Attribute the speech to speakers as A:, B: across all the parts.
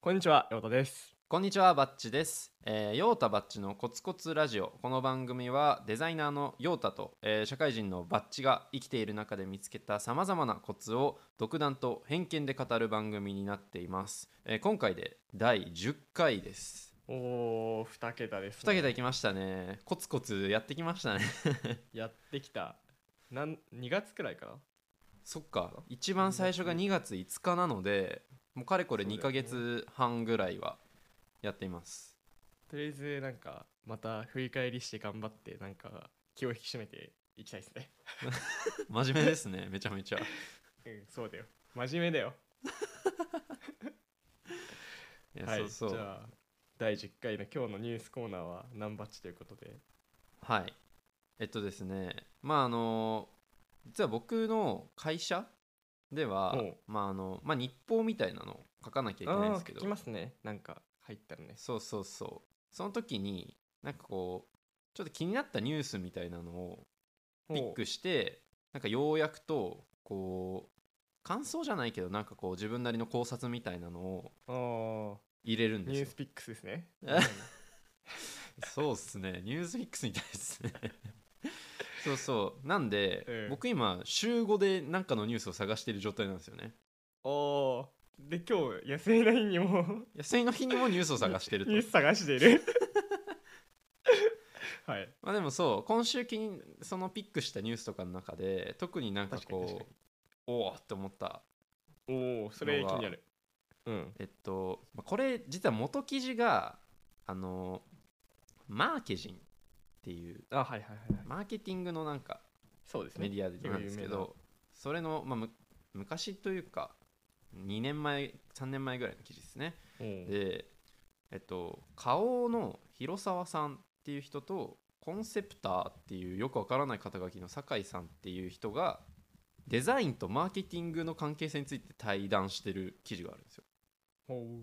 A: こんにちは、ようたです。
B: こんにちはバッチです、えー、ヨータバッチのコツコツラジオこの番組はデザイナーのヨータと、えー社会人のバッチが生きている中で見つけたさまざまなコツを独断と偏見で語る番組になっています、えー今回で第10回です
A: おー、二桁です、
B: 2桁いきましたねコツコツやってきましたね
A: やってきた。なん、2月くらいかな
B: そっか一番最初が2月5日なのでもうかれこれ2ヶ月半ぐらいはやっています
A: とりあえず、なんか、また振り返りして頑張って、なんか、気を引き締めていきたいですね。
B: 真面目ですねめちゃめちゃ
A: うん、そうだよ。真面目だよ。
B: いや
A: はい、
B: そうそ
A: じ
B: う
A: ゃあ、第10回の今日のニュースコーナーは、ナンバッチということで。
B: はい。えっとですね、まああの、実は僕の会社では
A: おう、
B: まああの、まあ日報みたいなのを書かなきゃいけな
A: あ
B: いんで
A: あ
B: すけ
A: ー、聞
B: ど
A: き、ますね。なんか、入ったらね。
B: そうそうそう。その時に、なんかこう、ちょっと気になったニュースみたいなのをピックして、なんか要約と、こう、感想じゃないけど、なんかこう自分なりの考察みたいなのを
A: おうあ
B: 入れるん
A: ー
B: で
A: ニ
B: す
A: ュ
B: よ
A: ー。スピックスです ね。
B: えそうっすね、ニュースフィックスみたいですね。 そうそう、なんで、
A: うん
B: 僕今、週5でなんかのニュースを探している状態なんですよね。
A: おー。で、今日、休みの日にも。
B: 休みの日にもニュースを探してると
A: ニュー。ス探している はい
B: まあでもそう、今週気に、そのピックしたニュースとかの中で、特になんか
A: 確かに確か
B: こう、おおって思った、
A: におおそれ気になるうん
B: えっと、まあこれ、実は元記事が、あの、マーケジンっていう、
A: あはいはいはいはい
B: マーケティングのなんか、
A: そうですね
B: メディアでなんですけ
A: 有名な
B: どそれの、まあ、む昔というか2年前3年前ぐらいの記事ですね
A: おー
B: でえっと花王の広沢さんっていう人とコンセプターっていうよくわからない肩書きの酒井さんっていう人がデザインとマーケティングの関係性について対談してる記事があるんですよ
A: おー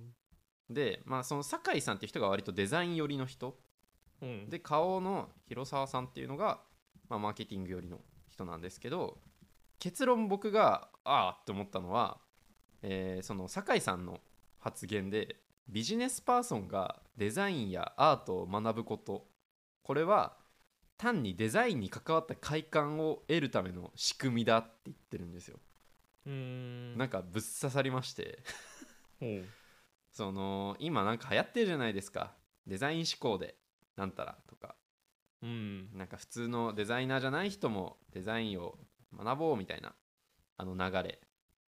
B: でまあその酒井さんっていう人が割とデザイン寄りの人
A: うん
B: で顔の広沢さんっていうのが、まあ、マーケティング寄りの人なんですけど結論僕がああって思ったのは、えーその酒井さんの発言でビジネスパーソンがデザインやアートを学ぶことこれは単にデザインに関わった快感を得るための仕組みだって言ってるんですよ、
A: うーん
B: なんかぶっ刺さりまして
A: おー
B: その今なんか流行ってるじゃないですかデザイン思考でなんたらとか
A: うん
B: なんか普通のデザイナーじゃない人もデザインを学ぼうみたいなあの流れ、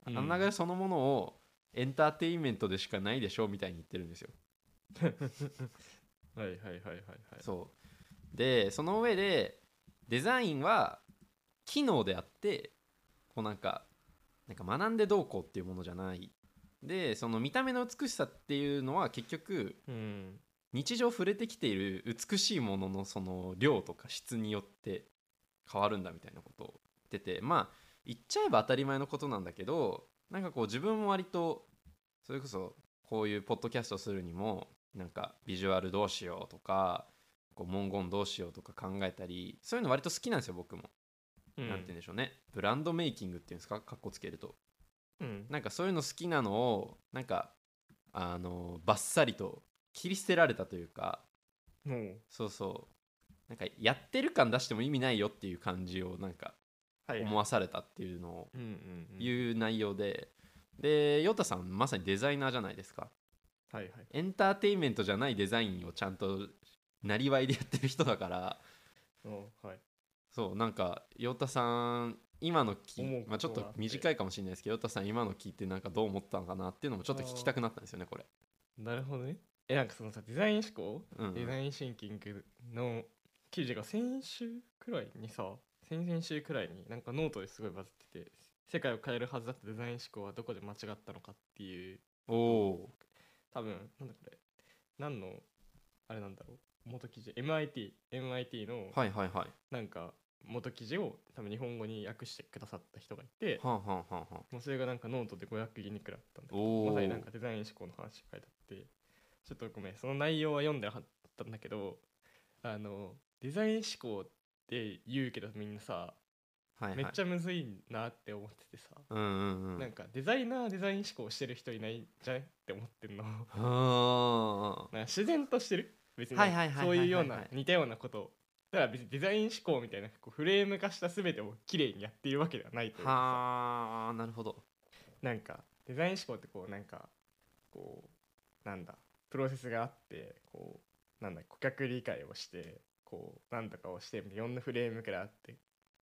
B: あの流れそのものをエンターテインメントでしかないでしょみたいに言ってるんですよ、
A: はいはいはいはいはい
B: そうでその上でデザインは機能であってこうなんかなんか学んでどうこうっていうものじゃないでその見た目の美しさっていうのは結局
A: うん
B: 日常触れてきている美しいもののその量とか質によって変わるんだみたいなことを言っててまあ言っちゃえば当たり前のことなんだけどなんかこう自分も割とそれこそこういうポッドキャストするにもなんかビジュアルどうしようとかこう文言どうしようとか考えたりそういうの割と好きなんですよ僕も。
A: うん
B: なんて言うんでしょうねブランドメイキングっていうんですかかっこつけると。
A: うん
B: なんかそういうの好きなのをなんかあのバッサリと切り捨てられたというか
A: おー
B: そうそうなんかやってる感出しても意味ないよっていう感じをなんか
A: はい
B: 思わされたっていうのを
A: うんうんうん
B: いう内容ででヨタさんまさにデザイナーじゃないですか
A: はいはい
B: エンターテインメントじゃないデザインをちゃんとなりわいでやってる人だから
A: おーはい
B: そうなんかヨタさん今の聞
A: 思う
B: い
A: こと
B: まあ、ちょっ
A: があ
B: と
A: って
B: 短いかもしれないですけどヨタさん今の聞いてなんかどう思ったのかなっていうのもちょっと聞きたくなったんですよねこれ。
A: なるほどねえなんかそのさデザイン思考
B: うんうん
A: デザインシンキングの記事が先週くらいにさ先々週くらいになんかノートですごいバズってて世界を変えるはずだったデザイン思考はどこで間違ったのかっていう
B: おお
A: 多分なんだこれ何のあれなんだろう元記事 MIT MIT の
B: はいはいはい
A: なんか元記事を多分日本語に訳してくださった人がいて
B: はんはんはんはん
A: もうそれがなんかノートで500ギリくらいあったんだけど
B: お
A: ま
B: お
A: さになんかデザイン思考の話が書いてあってちょっとごめんその内容は読んでなかったんだけどあのデザイン思考って言うけどみんなさ
B: はいは
A: め
B: い、
A: っちゃむずいなって思っててさ、
B: うんうんうん
A: なんかデザイナーデザイン思考してる人いないんじゃねって思ってんの なんか
B: あ
A: 自然としてる別に
B: はいはいはいはいはい
A: そういうよう
B: はい
A: な
B: はい
A: 似たようなことをだから別にデザイン思考みたいなこうフレーム化した全てを綺麗にやっているわけではないという
B: ー
A: かさ
B: はあなるほど
A: なんかデザイン思考ってこうなんかこうなんだプロセスがあってこうなんだ顧客理解をしてこうなんとかをしてみたいな4のフレームからあって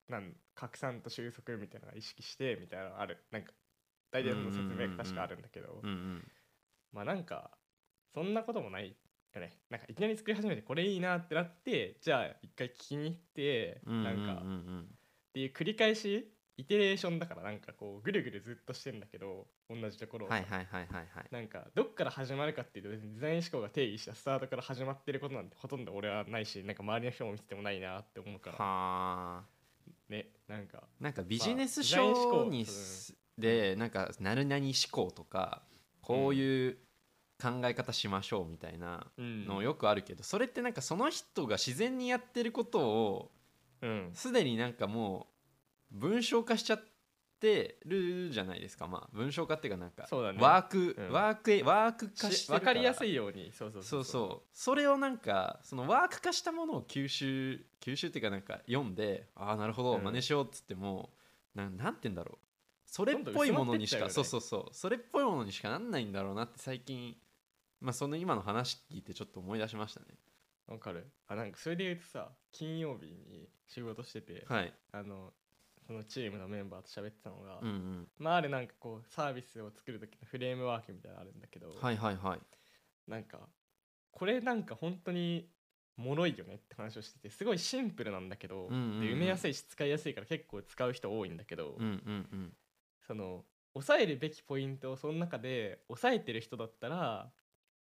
A: なん拡散と収束みたいなのを意識してみたいなのがあるなんか大体その説明が確かあるんだけど
B: うんうん
A: まあなんかそんなこともないよねなんかいきなり作り始めてこれいいなってなってじゃあ一回聞きに行って
B: うんうん
A: なんか
B: うんうん
A: っていう繰り返しイテレーションだからなんかこうぐるぐるずっとしてんだけど同じところを
B: はいはいはいはいはい
A: なんかどっから始まるかっていうと別にデザイン思考が定義したスタートから始まってることなんてほとんど俺はないしなんか周りの人も見ててもないなって思うから
B: はあ
A: ねなんか
B: なんかビジネス
A: デザイン思
B: 書
A: 考
B: にすでなんか何々思考とかこういう考え方しましょうみたいな
A: うん
B: のよくあるけどそれってなんかその人が自然にやってることを
A: うん
B: すでになんかもう文章化しちゃってるじゃないですかまあ文章化っていうかなんか
A: そうだね
B: ワーク
A: うん
B: ワークへワーク化し
A: して
B: る
A: 分かりやす
B: い
A: いようにそうそう
B: そうそうそれをなんかそのワーク化したものを吸収吸収っていうかなんか読んでああなるほど
A: うん
B: 真似しようっつってもなんなんて言うんだろうそれっぽいものにし
A: どん
B: か
A: どん薄
B: そ
A: まってっちゃうよ
B: う
A: ね
B: そうそうそれっぽいものにしかなんないんだろうなって最近まあその今の話聞いてちょっと思い出しましたね
A: わかるあなんかそれで言うとさ金曜日に仕事してて、
B: はい
A: あのそのチームのメンバーと喋ってたのが、
B: うんうん
A: まああれなんかこうサービスを作る時のフレームワークみたいなのあるんだけど、
B: はいはいはい
A: なんかこれなんか本当に脆いよねって話をしててすごいシンプルなんだけど、
B: うんうんうん
A: で埋めやすいし使いやすいから結構使う人多いんだけど、
B: うんうんうん
A: その抑えるべきポイントをその中で抑えてる人だったら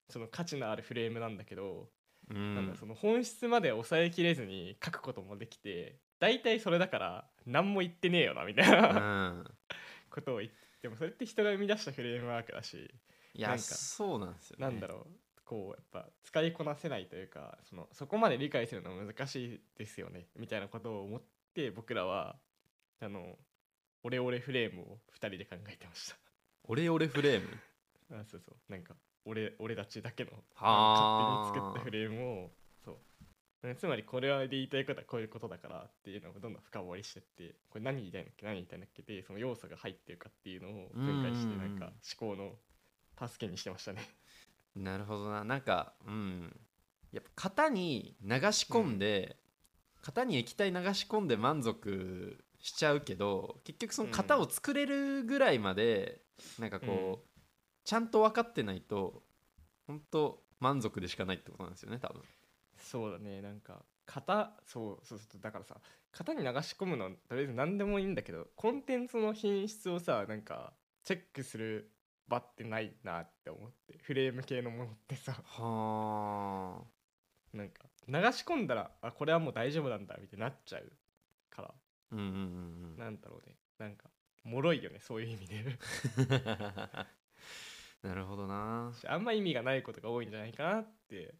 A: その価値のあるフレームなんだけど、
B: うん
A: なんだその本質まで抑えきれずに書くこともできて大体それだから何も言ってねえよなみたいな
B: うん
A: ことを言ってでもそれって人が生み出したフレームワークだし
B: い
A: なん
B: や
A: か
B: そうなんですよね
A: なんだろうこうやっぱ使いこなせないというかそのそこまで理解するのは難しいですよねみたいなことを思って僕らはあのオレオレフレームを2人で考えてました
B: オレオレフレーム
A: あそうそうなんか俺俺たちだけの
B: は
A: 勝手に作ったフ
B: レ
A: レームをそうねつまりこれはで言いたいことはこういうことだからっていうのをどんどん深掘りしてってこれ何言いたいんだっけ何言いたいんだっけでその要素が入ってるかっていうのを分解して
B: うんうん
A: な
B: うん
A: んか思考の助けにしてましたね。
B: なるほどななんかうんやっぱ型に流し込んで、型に液体流し込んで満足しちゃうけど結局その型を作れるぐらいまで、なんかこう、
A: うん
B: ちゃんと分かってないと本当満足でしかないってことなんですよね多分
A: そうだねなんか型そうそうそうだからさ型に流し込むのはとりあえず何でもいいんだけどコンテンツの品質をさなんかチェックする場ってないなって思ってフレーム系のものってさ
B: はあ
A: なんか流し込んだらあこれはもう大丈夫なんだみたいになっちゃうから
B: うんうんうんうん
A: なんだろうねなんか脆いよねそういう意味で
B: なるほどな
A: あんま意味がないことが多いんじゃないかなって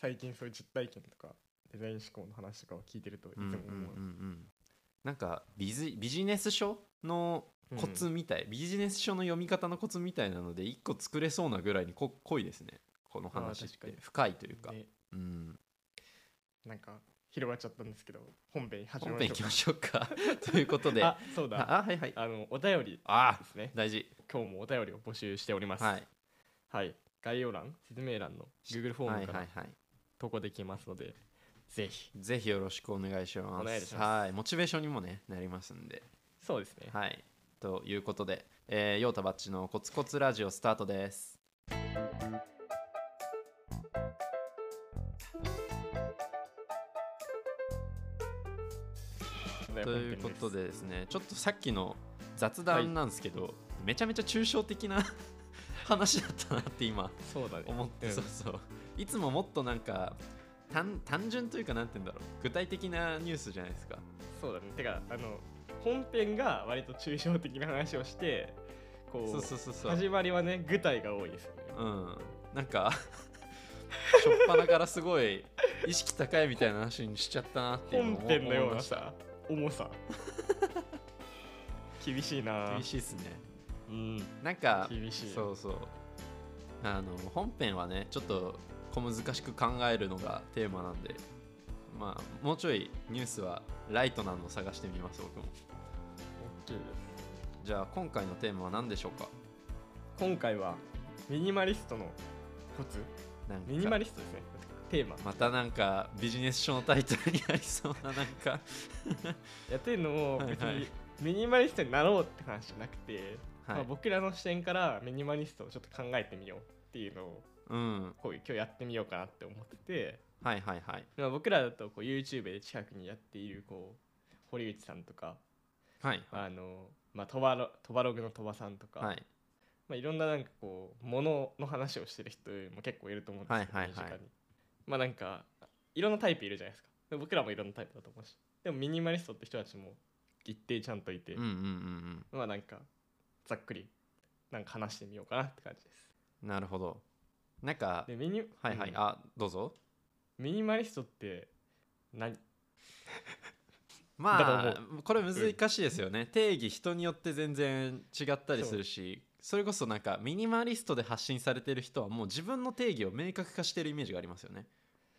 A: 最近そういう実体験とかデザイン思考の話とかを聞いてるといつ
B: うん
A: も
B: うんう
A: 思
B: ん
A: う、
B: うんなんかビジビジネス書のコツみたい、ビジネス書の読み方のコツみたいなので1個作れそうなぐらいにこ濃いですねこの話
A: あー
B: っ
A: 確か
B: て
A: に
B: 深いというか、
A: ね
B: うん、
A: なんか広がっちゃったんですけど本編始
B: 本
A: まり
B: 編いきましょ うかということであ
A: あそうだあ
B: あはいはいあ
A: のお便り
B: あ
A: ですね
B: 大事
A: 今日もお便りを募集しております
B: はい
A: はい概要欄説明欄の Google フォー
B: はい
A: ム
B: は
A: か
B: いは
A: ら
B: い
A: 投稿できますので、ぜひ
B: ぜひよろしくお願いします
A: お願いします
B: はいモチベーションにもねなりますんで
A: そうですね
B: はいということで、えー、ヨータバッチのコツコツラジオスタートです
A: で
B: という
A: 本
B: こ
A: 編
B: とでですねちょっとさっきの雑談なんですけど、めちゃめちゃ抽象的な 話だったなって今
A: すそうだね
B: 思って、
A: うん
B: そうそういつももっとなんか単単純というかなんて言うんだろう具体的なニュースじゃないですか
A: そうだねてかあの本編が割と抽象的な話をしてこう
B: そうそうそうそう
A: 始まりはね具体が多いですよね
B: うんなんか しょっぱなからすごい意識高いみたいな話にしちゃったなって今
A: 本
B: 思
A: 編のよう
B: 思い
A: な
B: ました
A: さ重さ厳しいな
B: 厳しいっすね
A: うん
B: なんか
A: 厳しい
B: そうそうあの本編はねちょっと小難しく考えるのがテーマなんでまあもうちょいニュースはライトなのを探してみます僕も
A: 大きいです
B: じゃあ今回のテーマは何でしょうか
A: 今回はミニマリストのコツ
B: なんか
A: ミニマリストですねテーマ
B: またなんかビジネス書のタイトルにありそうななんか
A: やってるのも別
B: はいはい
A: にミニマリストになろうって話じゃなくて、
B: は
A: まあ、
B: い、
A: 僕らの視点からミニマリストをちょっと考えてみようっていうのを
B: うん、
A: こう今日やってみようかなって思ってて、
B: はいはいはい
A: まあ、僕らだとこう YouTube で近くにやっているこう堀内さんとか
B: はい
A: あの、まあ、トバロトバログの鳥羽さんとか、
B: はい
A: まあ、いろんななんかこう物の話をしてる人も結構いると思うんですけど、
B: はいはいはい
A: 身近にまあなんかいろんなタイプいるじゃないですかで僕らもいろんなタイプだと思うしでもミニマリストって人たちも一定ちゃんといて、
B: うんうんうん
A: まあなんかざっくりなんか話してみようかなって感じです
B: うんなるほどなんか
A: でミニ
B: はいはい、
A: うん
B: あどうぞ
A: ミニマリストって何だ
B: ま
A: か
B: あ
A: ら
B: これ難しいですよね、定義人によって全然違ったりするしそれこそなんかミニマリストで発信されてる人はもう自分の定義を明確化してるイメージがありますよね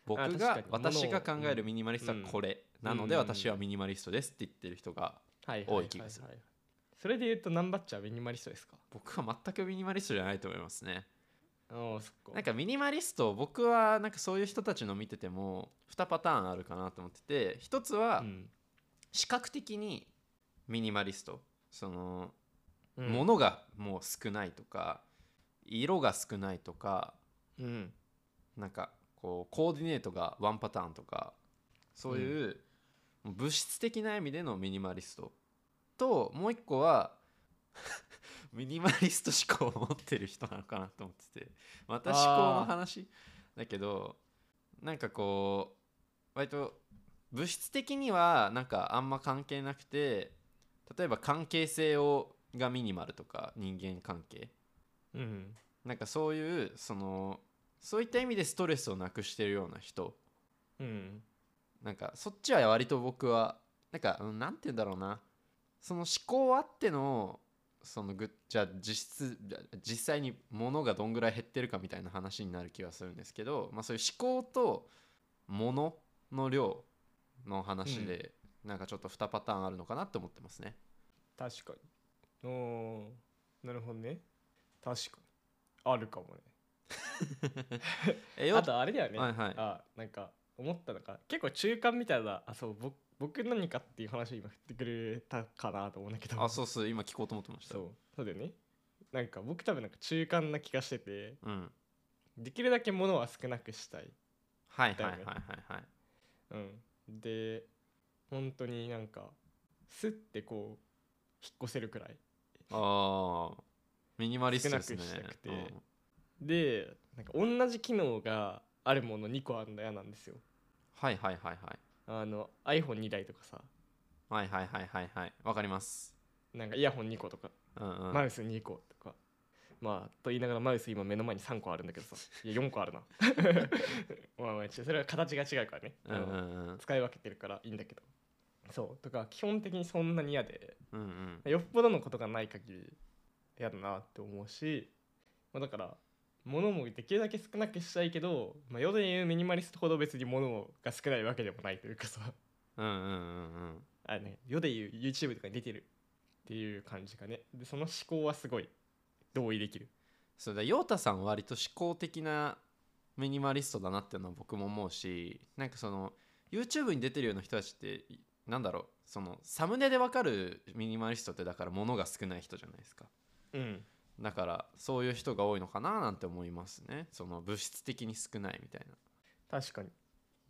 B: 僕
A: 確か
B: が
A: に
B: 私が考える
A: うん
B: ミニマリストはこれ、なので
A: うん
B: 私はミニマリストですって言ってる人が
A: はい
B: 多い気がする
A: はいはいそれで言うと何バッチャはミニマリストですか
B: 僕は全くミニマリストじゃないと思いますね
A: ああそっか
B: なんかミニマリスト僕はなんかそういう人たちの見てても2パターンあるかなと思ってて一つは
A: うん
B: 視覚的にミニマリストその
A: うん
B: 物がもう少ないとか色が少ないとか
A: うん
B: なんかこうコーディネートがワンパターンとかそういう物質的な意味でのミニマリストともう一個は ミニマリスト思考を持ってる人なのかなと思っててまた思考の話だけどなんかこう割と物質的にはなんかあんま関係なくて例えば関係性をがミニマルとか人間関係
A: うん
B: なんかそういうそのそういった意味でストレスをなくしてるような人
A: うん
B: なんかそっちは割と僕はなんかうんなんて言うんだろうなその思考あってのそのぐじゃあ実質じゃあ実際に物がどんぐらい減ってるかみたいな話になる気はするんですけど、まあ、そういう思考と物の量の話で、なんかちょっと2パターンあるのかなって思ってますね。
A: 確かにおーなるほどね確かにあるかも
B: え
A: ね
B: よ
A: あとあれだよね、
B: はいはい
A: あなんか思ったのが結構中間みたいなあそう僕僕何かっていう話を今振ってくれたかなと思うんだけど
B: あそうそう今聞こうと思ってました。
A: そうそうだよねなんか僕多分なんか中間な気がしてて
B: うん、
A: できるだけ物は少なくしたい
B: はいはい
A: だ
B: は
A: よ
B: いは
A: ね
B: いはい。
A: うんで本当になんかスッてこう引っ越せるくらい
B: ああミニマリストですね
A: 少なくしたくてでなんか同じ機能があるもの2個あるの嫌なんですよ
B: はいはいはいはい
A: あの iPhone2 台とかさ
B: はいはいはいはいはいわかります
A: なんかイヤホン2個とか
B: うんうん、
A: マウス2個とかまあと言いながらマウス今目の前に3個あるんだけどさ いや4個あるなまあまあ一応それは形が違うからね、
B: うんうんうん
A: 使い分けてるからいいんだけどそうとか基本的にそんなに嫌で
B: うんうん
A: よっぽどのことがない限り嫌だなって思うし、まあ、だから物もできるだけ少なくしたいけど、まあ、世で言うミニマリストほど別に物が少ないわけでもないというかさ
B: うんうんうん
A: あの、ね、世で言う YouTube とかに出てるっていう感じかねでその思考はすごい同意できる
B: そうだ陽太さんは割と思考的なミニマリストだなっていうのは僕も思うしなんかその YouTube に出てるような人たちっていなんだろうそのサムネでわかるミニマリストってだから物が少ない人じゃないですか
A: うん
B: だからそういう人が多いのかななんて思いますねその物質的に少ないみたい
A: 確かに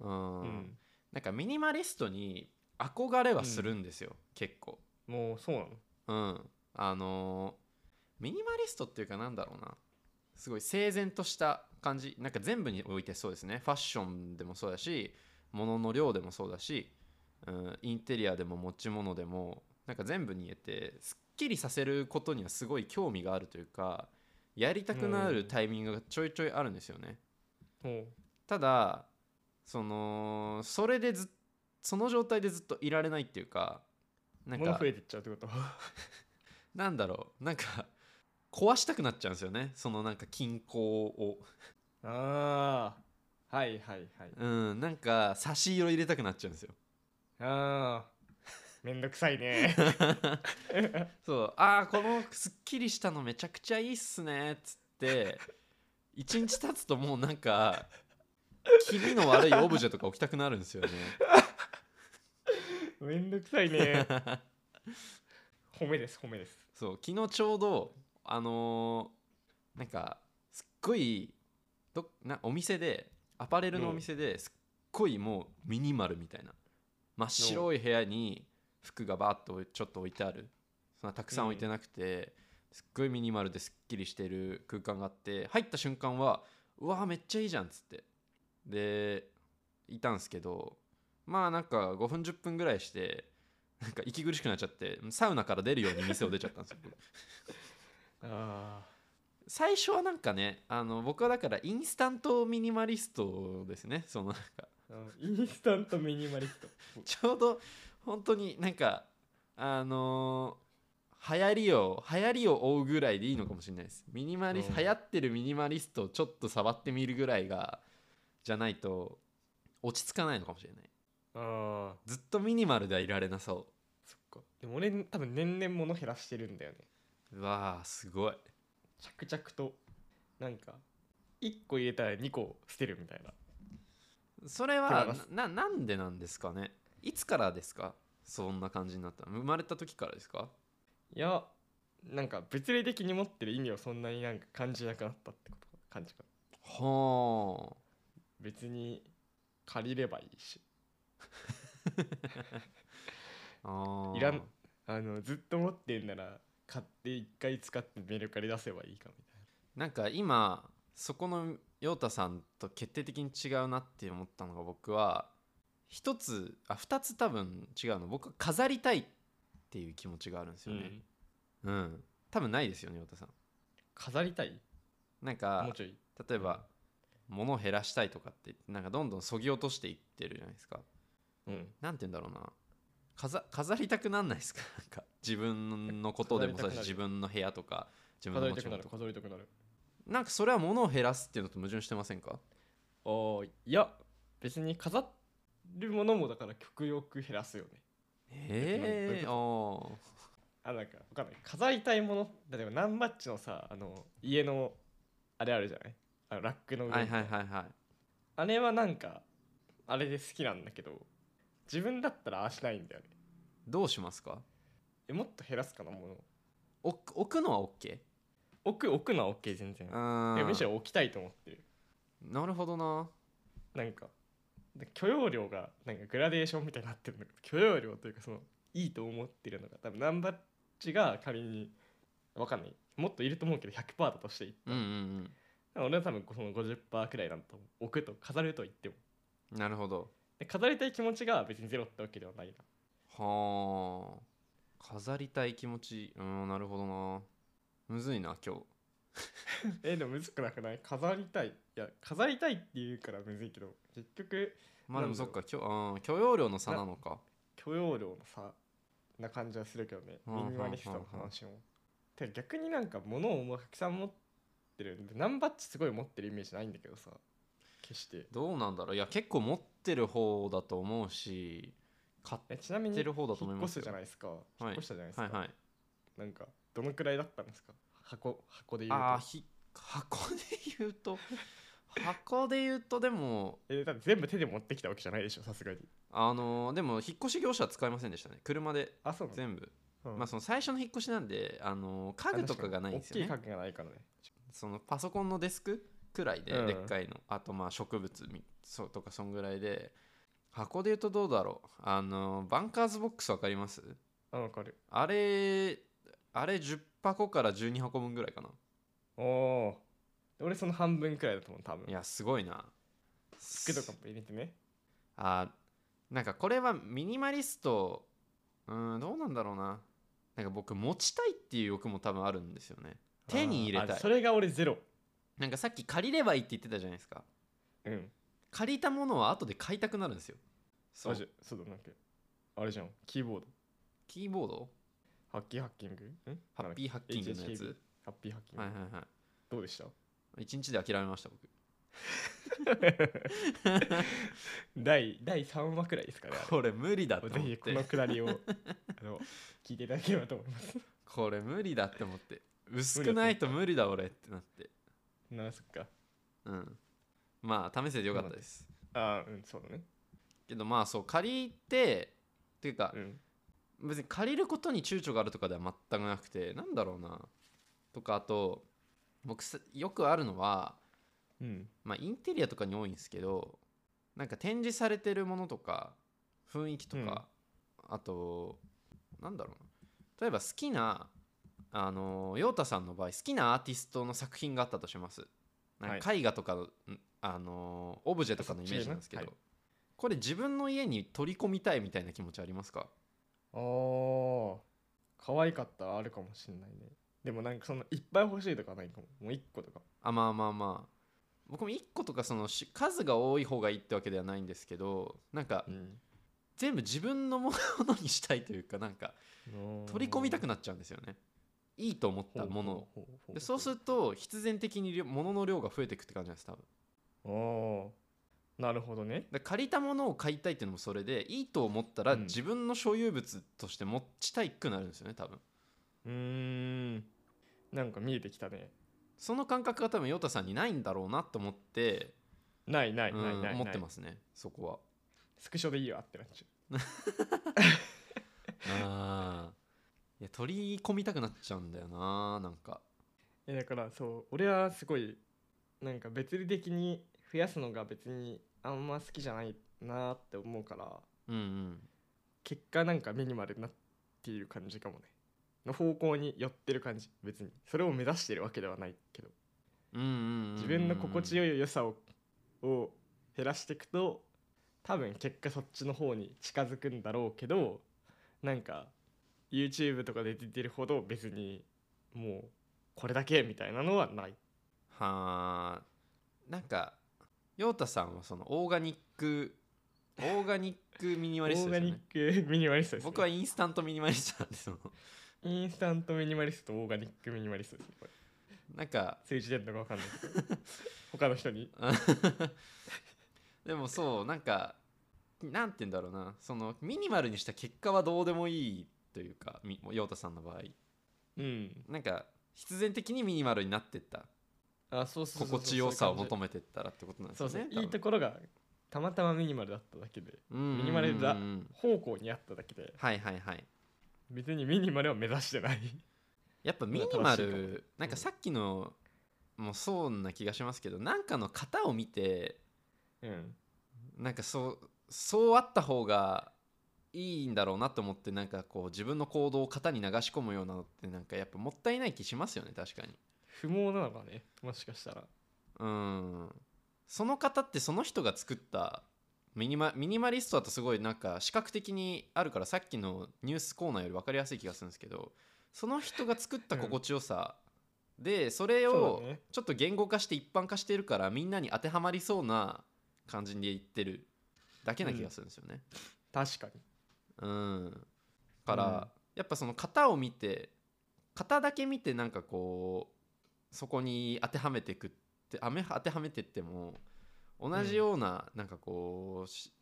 B: なうん
A: うん、
B: なんかミニマリストに憧れはするんですよ、結構
A: もうそうなの
B: うんあのーミニマリストっていうかなんだろうなすごい整然とした感じなんか全部においてそうですねファッションでもそうだし物の量でもそうだし、うん、インテリアでも持ち物でもなんか全部に言えてすっきりさせることにはすごい興味があるというかやりたくなるタイミングがちょいちょいあるんですよね、
A: もう
B: ただそのそれでずっその状態でずっといられないっていうかなん
A: 物
B: か
A: 増えてっちゃうってこと
B: なんだろうなんか壊したくなっちゃうんですよねそのなんか均衡を
A: ああはいはいはい
B: うんなんか差し色入れたくなっちゃう んですよ
A: ああ めんどくさいね
B: そうああこのすっきりしたのめちゃくちゃいいっすねっつって1日経つともうなんか気味の悪いオブジェとか置きたくなるんですよね
A: めんどくさいね 褒めです褒めです
B: そう昨日ちょうどあのーなんかすっごいどなお店でアパレルのお店ですっごいもうミニマルみたいな真っ白い部屋に服がバーッとちょっと置いてあるそんなたくさん置いてなくて、すっごいミニマルですっきりしてる空間があって入った瞬間はうわーめっちゃいいじゃんっつってでいたんですけどまあなんか5分10分ぐらいしてなんか息苦しくなっちゃってサウナから出るように店を出ちゃったんですよ僕
A: あ
B: 最初はなんかねあの僕はだからインスタントミニマリストですねそのなんか
A: あインスタントミニマリスト
B: ちょうど本当になんかあのー流行りを流行りを追うぐらいでいいのかもしれないですミニマリス
A: うん
B: 流行ってるミニマリストをちょっと触ってみるぐらいがじゃないと落ち着かないのかもしれない
A: ああ
B: ずっとミニマルではいられなそ
A: そっかでも俺多分年々物減らしてるんだよね
B: ううわーすごい
A: 着々となんか1個入れたら2個捨てるみたいな
B: それ
A: 手
B: は
A: 放す
B: なななんでなんですかねいつからですかそんな感じになったの生まれた時からですか
A: いやなんか物理的に持ってる意味をそんなになんか感じなくなったってこと感じかな
B: は
A: 別に借りればいいし
B: ああー
A: いらんあのずっと持ってんなら買って1回使ってメルカリ出せばいいかみたい
B: なんか今そこの陽太さんと決定的に違うなって思ったのが僕は一つあ二つ多分違うの僕は飾りたいっていう気持ちがあるんですよ
A: な、
B: ねうん、多分ないですよね陽太さん
A: 飾りたい
B: なんか
A: もうちょい
B: 例えば物を減らしたいとかって言ってなんかどんどんそぎ落としていってるじゃないですか
A: うん
B: なんて言うんだろうな飾飾りたくなんないですか なんか自分のことでもそうだし
A: 飾りたくなる
B: 自分の部屋とか自分
A: 飾
B: の
A: り
B: 持
A: た
B: ち
A: くなる
B: 物とか
A: 飾りたくなる
B: なんかそれは物を減らすっていうのと矛盾してませんか
A: あーいや別に飾るものもだから極力減らすよね
B: へえ
A: え
B: あー
A: あなんかわかんない飾りたいもの例えば何バッチのさあの家のあれあるじゃないあのラックの上に
B: はいはいはいはい
A: あれはなんかあれで好きなんだけど自分だったらああしないんだよね
B: どうしますか
A: えもっと減らすかなもの
B: 置く置くのは OK?
A: 置く置くのは OK 全然
B: あ
A: いや
B: ー
A: むしろ置きたいと思ってる
B: なるほどな
A: なんかで許容量がなんかグラデーションみたいになってるんだけど許容量というかそのいいと思ってるのが多分ナンバッチが仮にわかんないもっといると思うけど100%だとしていった
B: うんうん
A: 俺は多分その50%くらいなんと思う置くと飾ると言っても
B: うんなるほど
A: で飾りたい気持ちが別にゼロってわけではないな
B: はあ飾りたい気持ちうんなるほどなむずいな今日
A: えでもむずくなくない飾りたいいや飾りたいって言うからむずいけど結局
B: まあでも
A: なんだろう
B: そっか許うん許容量の差なのか
A: 許容量の差な感じはするけどね
B: うんうん
A: ミ
B: うんうん
A: ニマリストの話も。てか逆になんか物をもうたくさん持ってるんでナンバッチすごい持ってるイメージないんだけどさ決して
B: どうなんだろういや結構持ってる方だと思うし買っ
A: えちなみに
B: てる
A: 引
B: 方だと思
A: っ
B: いま
A: 越
B: す
A: すじゃ
B: よ
A: ないですか
B: い
A: 引っ越したじゃないですか、
B: はいはい
A: なんかどのくらいだったんですか箱箱で言う
B: ああ
A: と
B: ひ箱で言うと箱で言うとでも
A: えだって全部手で持ってきたわけじゃないでしょさすがに
B: あのーでも引っ越し業者は使いませんでしたね車で
A: あそうなの、
B: 全部、
A: うん
B: まあその最初の引っ越しなんで、あのー家具とかがないんですよ
A: あ
B: ね
A: 確かに大きい家具がないからね
B: そのパソコンのデスクくらいで、
A: うん
B: でっかいのあとまあ植物みそうとかそんぐらいで箱で言うとどうだろうあのーバンカーズボックスわかります
A: あわかる
B: あれあれ10箱から12箱分ぐらいかな
A: おお俺その半分くらいだと思う多分
B: いやすごいな
A: 服とかも入れてね
B: あーなんかこれはミニマリストうーんどうなんだろうななんか僕持ちたいっていう欲も多分あるんですよね手に入れた
A: あ
B: い
A: それが俺ゼロ
B: なんかさっき借りればいいって言ってたじゃないですか
A: うん
B: 借りたものは後で買いたくなるんですよそ
A: そう
B: う
A: そうだなんかあれじゃんキーボード
B: キーボード
A: ハッキーハッキングん
B: ハッピーハッキングのやつ
A: HSP ハッピーハッキング、
B: はいはいは
A: どうでした
B: い一日で諦めました僕
A: 第第3話くらいですかねあ
B: これ無理だと
A: れ
B: 思
A: ぜ
B: っ
A: ひこの
B: て
A: くだり をあの聞いていただければと思います
B: これ無理だって思って薄くないと無理だ俺ってなって
A: なあそっか
B: うんまあ試せてよかったです
A: ああうんそうだね
B: けどまあそう借りてっていうか
A: うん
B: 別に借りることに躊躇があるとかでは全くなくてなんだろうなとかあと僕すよくあるのは
A: うん
B: まあインテリアとかに多いんですけどなんか展示されてるものとか雰囲気とか、あとなんだろうな例えば好きなあの陽太さんの場合好きなアーティストの作品があったとしますなんか絵画とかの、んあのオブジェとかのイメージなんですけど、
A: そっちね
B: これ自分の家に取り込みたいみたいな気持ちありますか
A: ああ可愛かったあるかもしんないねでもなんかそのいっぱい欲しいとかはないかももう1個とか
B: あまあまあまあ僕も1個とかそのし数が多い方がいいってわけではないんですけどなんか
A: うん
B: 全部自分のものにしたいというかなんか取り込みたくなっちゃうんですよねいいと思ったものをでそうす
A: る
B: ると必然的に量物の量が増えていくって感じなんです多分
A: ああなるほどね
B: で借りたものを買いたいっていうのもそれでいいと思ったら
A: うん
B: 自分の所有物として持ちたいくなるんですよね多分
A: うーんなんか見えてきたね
B: その感覚が多分ヨタさんにないんだろうなと思って、
A: ないない
B: うん
A: ないないない
B: 思ってますねそこは
A: スクショでいいわってなっちゃ
B: ああいや取り込みたくなっちゃうんだよななんか
A: ういやだからそう俺はすごいなんか別理的に増やすのが別にあんま好きじゃないなって思うから
B: うんうん
A: 結果なんかミニマルになっている感じかもねの方向に寄ってる感じ別にそれを目指してるわけではないけど
B: うんうんうんうん
A: 自分の心地よい良さをを減らしていくと多分結果そっちの方に近づくんだろうけどなんか YouTube とかで出てるほど別にもうこれだけみたいなのはない。
B: はあなんか陽太さんはそのオーガニックオーガニックミニ
A: オ
B: マリ
A: ー
B: スト
A: ガ
B: です
A: ニ
B: よね
A: ックミニマリストです、ね、
B: 僕はインスタントミニマリストなんですよ
A: インスタントミニマリストとオーガニックミニマリストです、ね、これ
B: なんか
A: 数字出るのか分かんないけど他の人に
B: でもそうなんかなんて言うんだろうなそのミニマルにした結果はどうでもいいというかみ陽太さんの場合
A: うん
B: なんか必然的にミニマルになってった
A: あそうそうそうそう
B: 心地よさを
A: そういう
B: 求
A: 感
B: めてったらってことなん
A: じ
B: です
A: そう
B: ね
A: そう
B: 多分
A: いいところがたまたまミニマルだっただけで
B: ミ
A: ミニマルだ
B: はい
A: 方向にあっただけで
B: はいはい
A: 別にミニマルを目指してない
B: やっぱミニマ
A: まだ正しいか
B: ルなんかさっきのもそうな気がしますけどなんかの型を見て
A: うん
B: なんかそうそうあった方がいいんだろうなと思ってなんかこう自分の行動を型に流し込むようなのってなんかやっぱもったいない気しますよね確かに
A: 不毛なのかねもしかしたら
B: うんその型ってその人が作ったミニマミニマリストだとすごいなんか視覚的にあるからさっきのニュースコーナーより分かりやすい気がするんですけどその人が作った心地よさ、でそれ
A: そう
B: を
A: だね
B: ちょっと言語化して一般化してるからみんなに当てはまりそうな感じで言ってるだけな気がするんですよね。
A: 確かに
B: うんから、
A: うん
B: やっぱその型を見て型だけ見てなんかこうそこに当てはめてくってあめ当てはめてっても同じような、なんかこうし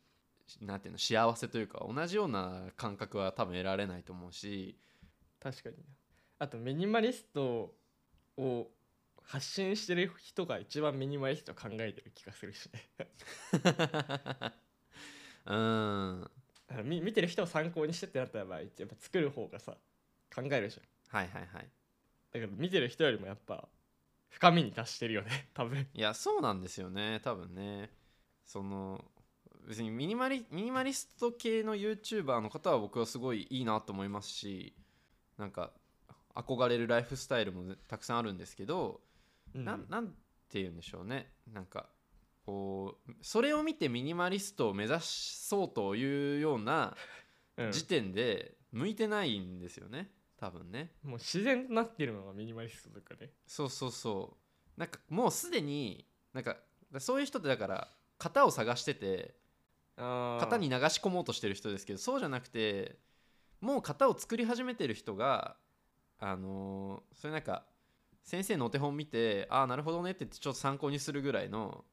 B: なんていうの幸せというか同じような感覚は多分得られないと思 うし
A: 確かにあとミニマリストを発信してる人が一番ミニマリストを考えてる気がするしね
B: うん
A: あのみ見てる人を参考にしてってなった場合やっぱ作る方がさ考えるじゃん
B: はいはいはい
A: だから見てる人よりもやっぱ深みに達してるよね多分
B: いやそうなんですよね多分ねその別にミニマリミニマリスト系の YouTuber の方は僕はすごいいいなと思いますしなんか憧れるライフスタイルもねたくさんあるんですけど、な
A: うん
B: なんて言うんでしょうねなんかこうそれを見てミニマリストを目指そうというよ うな
A: うん
B: 時点で向いてないんですよね多分ね。
A: もう自然となってるのがミニマリストとかね
B: そうそうそうなんかもうすでになんかそういう人ってだから型を探してて
A: あー
B: 型に流し込もうとしてる人ですけどそうじゃなくてもう型を作り始めてる人があのーそれなんか先生のお手本見てああなるほどねって言ってちょっと参考にするぐらいの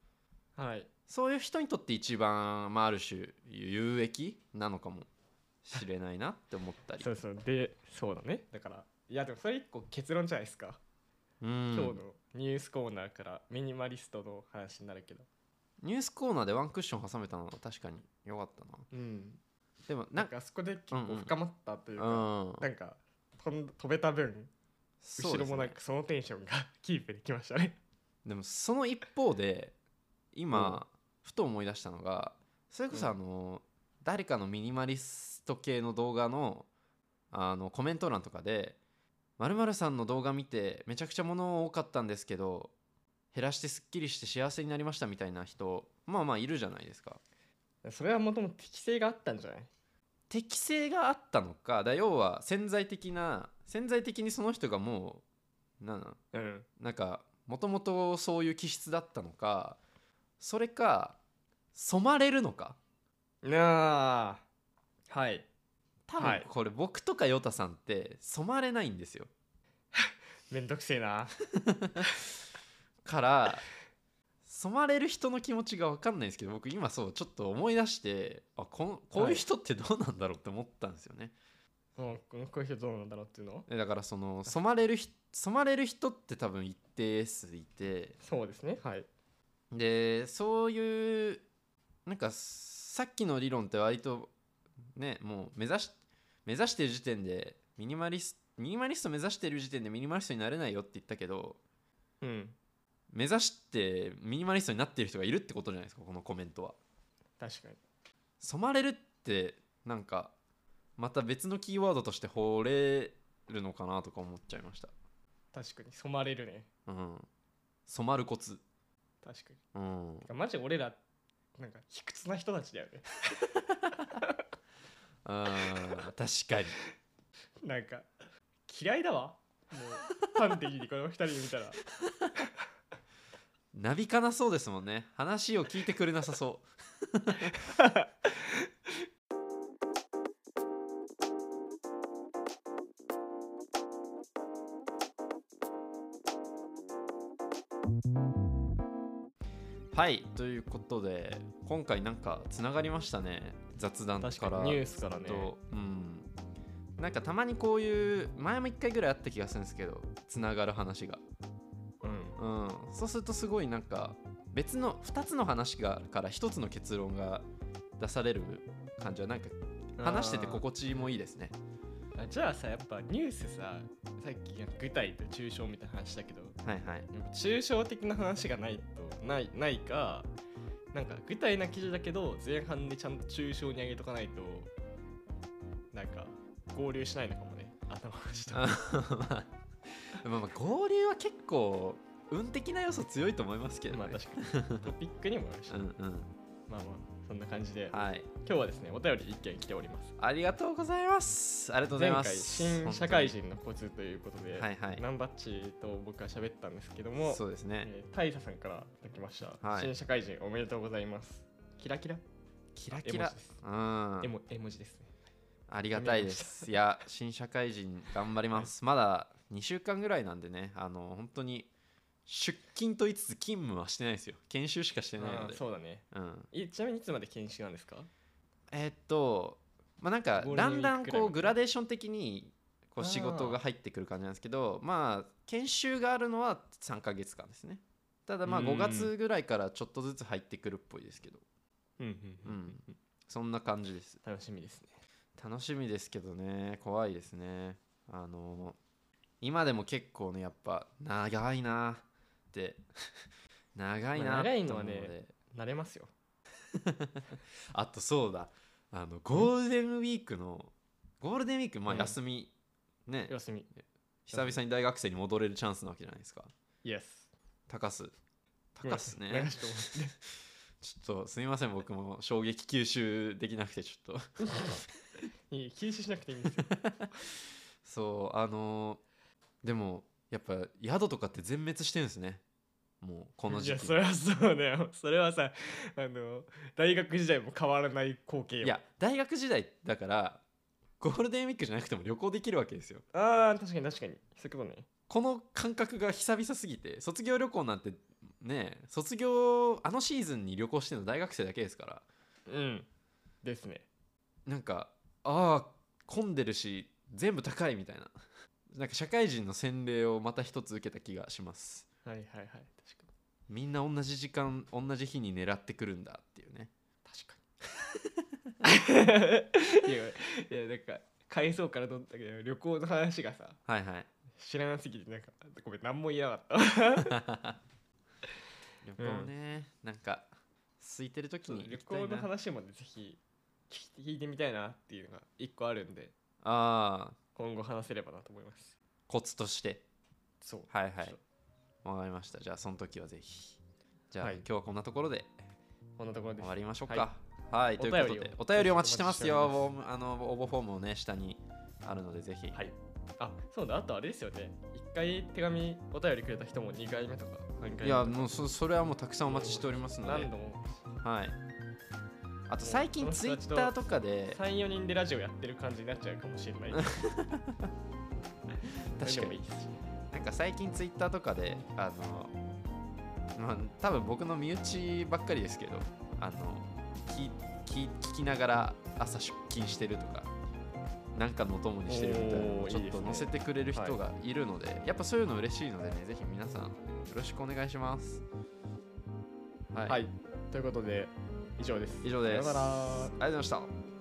A: はい
B: そういう人にとって一番、まあ、ある種有益なのかもしれないなって思ったり
A: そうそうでそうだねだからいやでもそれ一個結論じゃないですか、
B: うん
A: 今日のニュースコーナーからミニマリストの話になるけど
B: ニュースコーナーでワンクッション挟めたのは確かに良かったな
A: うん
B: でも
A: な
B: なんんか
A: かあそこで結
B: うん
A: 構
B: うん
A: 深まったというか、
B: うん
A: なんか飛ん飛べた分
B: そ
A: 後
B: うで
A: ろ
B: す
A: もなん
B: ね
A: かそのテンションが キープできましたね
B: でもその一方で今ふと思い出したのがそれこそあの誰かのミニマリスト系の動画のあのコメント欄とかで「まるさんの動画見てめちゃくちゃ物多かったんですけど減らしてすっきりして幸せになりました」みたいな人まあまあいるじゃないですか。
A: それはもともと適性があったんじゃない
B: 適性があったのかだ要は潜在的な潜在的にその人がもうなんなん
A: うん
B: なんかもともとそういう気質だったのかそれか染まれるのか
A: なあはい
B: 多
A: は
B: 分
A: い
B: これ僕とかヨタさんって染まれないんですよ
A: めんどくせえな
B: から染まれる人の気持ちが分かんないんですけど僕今そうちょっと思い出してあこんこういう人ってどうなんだろうって思ったんですよね、
A: もうこの人どうなんだろうっていうの
B: えだからその染まれるひ染まれる人って多分一定数いて
A: そうですねはい
B: でそういうなんかさっきの理論って割とねもう目指し目指してる時点でミニマリスミニマリスト目指してる時点でミニマリストになれないよって言ったけど
A: うん
B: 目指してミニマリストになってる人がいるってことじゃないですかこのコメントは
A: 確かに
B: 染まれるってなんかまた別のキーワードとして掘れるのかなとか思っちゃいました
A: 確かに染まれるね
B: うん染まるコツ
A: 確かに
B: うん
A: てかマジ俺らなんか卑屈な人たちだよね
B: あー確かに
A: なんか嫌いだわもう端的にこの二人で見たら
B: なびかなそうですもんね話を聞いてくれなさそうはいということで今回なんかつながりましたね雑談から
A: 確かにニュースからね
B: とうんなんかたまにこういう前も1回ぐらいあった気がするんですけどつながる話が
A: うん
B: うん、そうするとすごいなんか別の2つの話がから1つの結論が出される感じはなんか話してて心地もいいですね
A: あじゃあさやっぱニュースささっきなんか具体と抽象みたいな話だけど
B: はいはい
A: やっぱ抽象的な話がないとないないかなんか具体な記事だけど前半でちゃんと抽象に上げとかないとなんか合流しないのかもね頭の下
B: あ まあ、まあまあ合流は結構運的な要素強いと思いますけどね、
A: まあ確かにトピックにもあるし、ま
B: うんうん
A: あまあそんな感じで
B: はい
A: 今日はですねお便り一件来ております
B: ありがとうございますありがとうございます
A: 前回新社会人のコツということで、
B: はいはい
A: ナンバッチと僕は喋ったんですけども
B: 本当にそうですね
A: えー大佐さんからいただきました、
B: はい
A: 新社会人おめでとうございますキラキラ
B: キラキラ
A: 絵文字です
B: うん
A: 絵も絵文字ですね
B: ありがたいです。いや、新社会人頑張ります。まだ2週間ぐらいなんでね、あの本当に出勤と言いつつ勤務はしてないですよ。研修しかしてないの
A: あ
B: で。
A: ーそうだね
B: うん、
A: いちなみにいつまで研修なんですか
B: えーっと、まあ、なんか
A: ゴールデン
B: だ
A: ウィー
B: ん
A: クくら
B: だん
A: い
B: こ
A: ま
B: う
A: で
B: グラデーション的にこ
A: あ
B: う
A: ー
B: 仕事が入ってくる感じなんですけど、まあ、研修があるのは3ヶ月間ですね。ただまあ
A: うん
B: 5月ぐらいからちょっとずつ入ってくるっぽいですけど、
A: うんうん
B: うんそんな感じです。
A: 楽しみですね
B: 楽しみですけどね怖いですねあの今でも結構ねやっぱ長いなって 長いな
A: まあ長い
B: と
A: の
B: 思
A: は
B: うの
A: ね
B: で
A: 慣れますよ
B: あとそうだあのゴールデンウィークのゴールデンウィークまあ
A: うん
B: 休み、ね
A: 休み
B: 久々に大学生に戻れるチャンスなわけじゃないですか
A: イエス
B: 高須高須
A: ごめんな
B: ね
A: さい流して
B: ちょっとすみません僕も衝撃吸収できなくてちょっと
A: もらっていい禁止しなくていいんですよ
B: そうあのーでもやっぱ宿とかって全滅してるんですねもう この
A: い
B: 時
A: や
B: 期
A: それはそうだよそれはさあの大学時代も変わらない光景
B: い
A: よ
B: や大学時代だからゴールデンウィークじゃなくても旅行できるわけですよ
A: あー確かに確かにそういうことね
B: この感覚が久々すぎて卒業旅行なんてね卒業あのシーズンに旅行してるの大学生だけですから
A: うんですね
B: なんかああ混んでるし全部高いみたいななんか社会人の洗礼をまた一つ受けた気がします
A: はいはいはい確かに
B: みんな同じ時間同じ日に狙ってくるんだっていうね
A: 確かに いやいやなんか回想からどんだけど旅行の話がさ
B: はいはい
A: 知らなすぎてなんかごめん何も言えなかった
B: 旅行ね、なんか空いてる時
A: そう
B: に
A: 旅
B: 行きたいな
A: 行の話もねぜひ聞き聞いてみたいなっていうのが一個あるんで
B: ああ
A: 今後話せればなと思います
B: コツとして
A: そう
B: はいは
A: ちょ
B: い
A: っ
B: わかりましたじゃあその時はぜひじゃあ、
A: はい
B: 今日はこんなところで
A: とこんなところです
B: 終わりましょうか。はい、ということで、お
A: お便りを
B: 便りお待ちしてますよ。
A: お待ちしており
B: 応募あの応募フォームをね、下にあるので、ぜひ。
A: はいあそうだあとあれですよね1回手紙お便りくれた人も2回目とか3回目とか
B: いや、もうそそれはもうたくさんお待ちしておりますので、
A: 何度も
B: はい。あと最近
A: もう
B: ツイッターとかで、
A: 34人でラジオやってる感じになっちゃうかもしれない
B: 確
A: そ
B: か
A: れでもいい
B: に、
A: ですし
B: なんか最近ツイッターとかで、あの、まあ、多分僕の身内ばっかりですけど、あの、聞聞聞きながら朝出勤してるとか、なんかのお供にしてるみたいなの
A: お
B: を
A: ー
B: ちょ
A: い
B: っ
A: いで
B: と
A: すね
B: 載せてくれる人がいるので、やっぱそういうの嬉しいのでね、ぜひ皆さんよろしくお願いします。はい、
A: はいということで以上です
B: 以上で
A: さ
B: す。
A: よな
B: あ
A: ら
B: りがとうございました。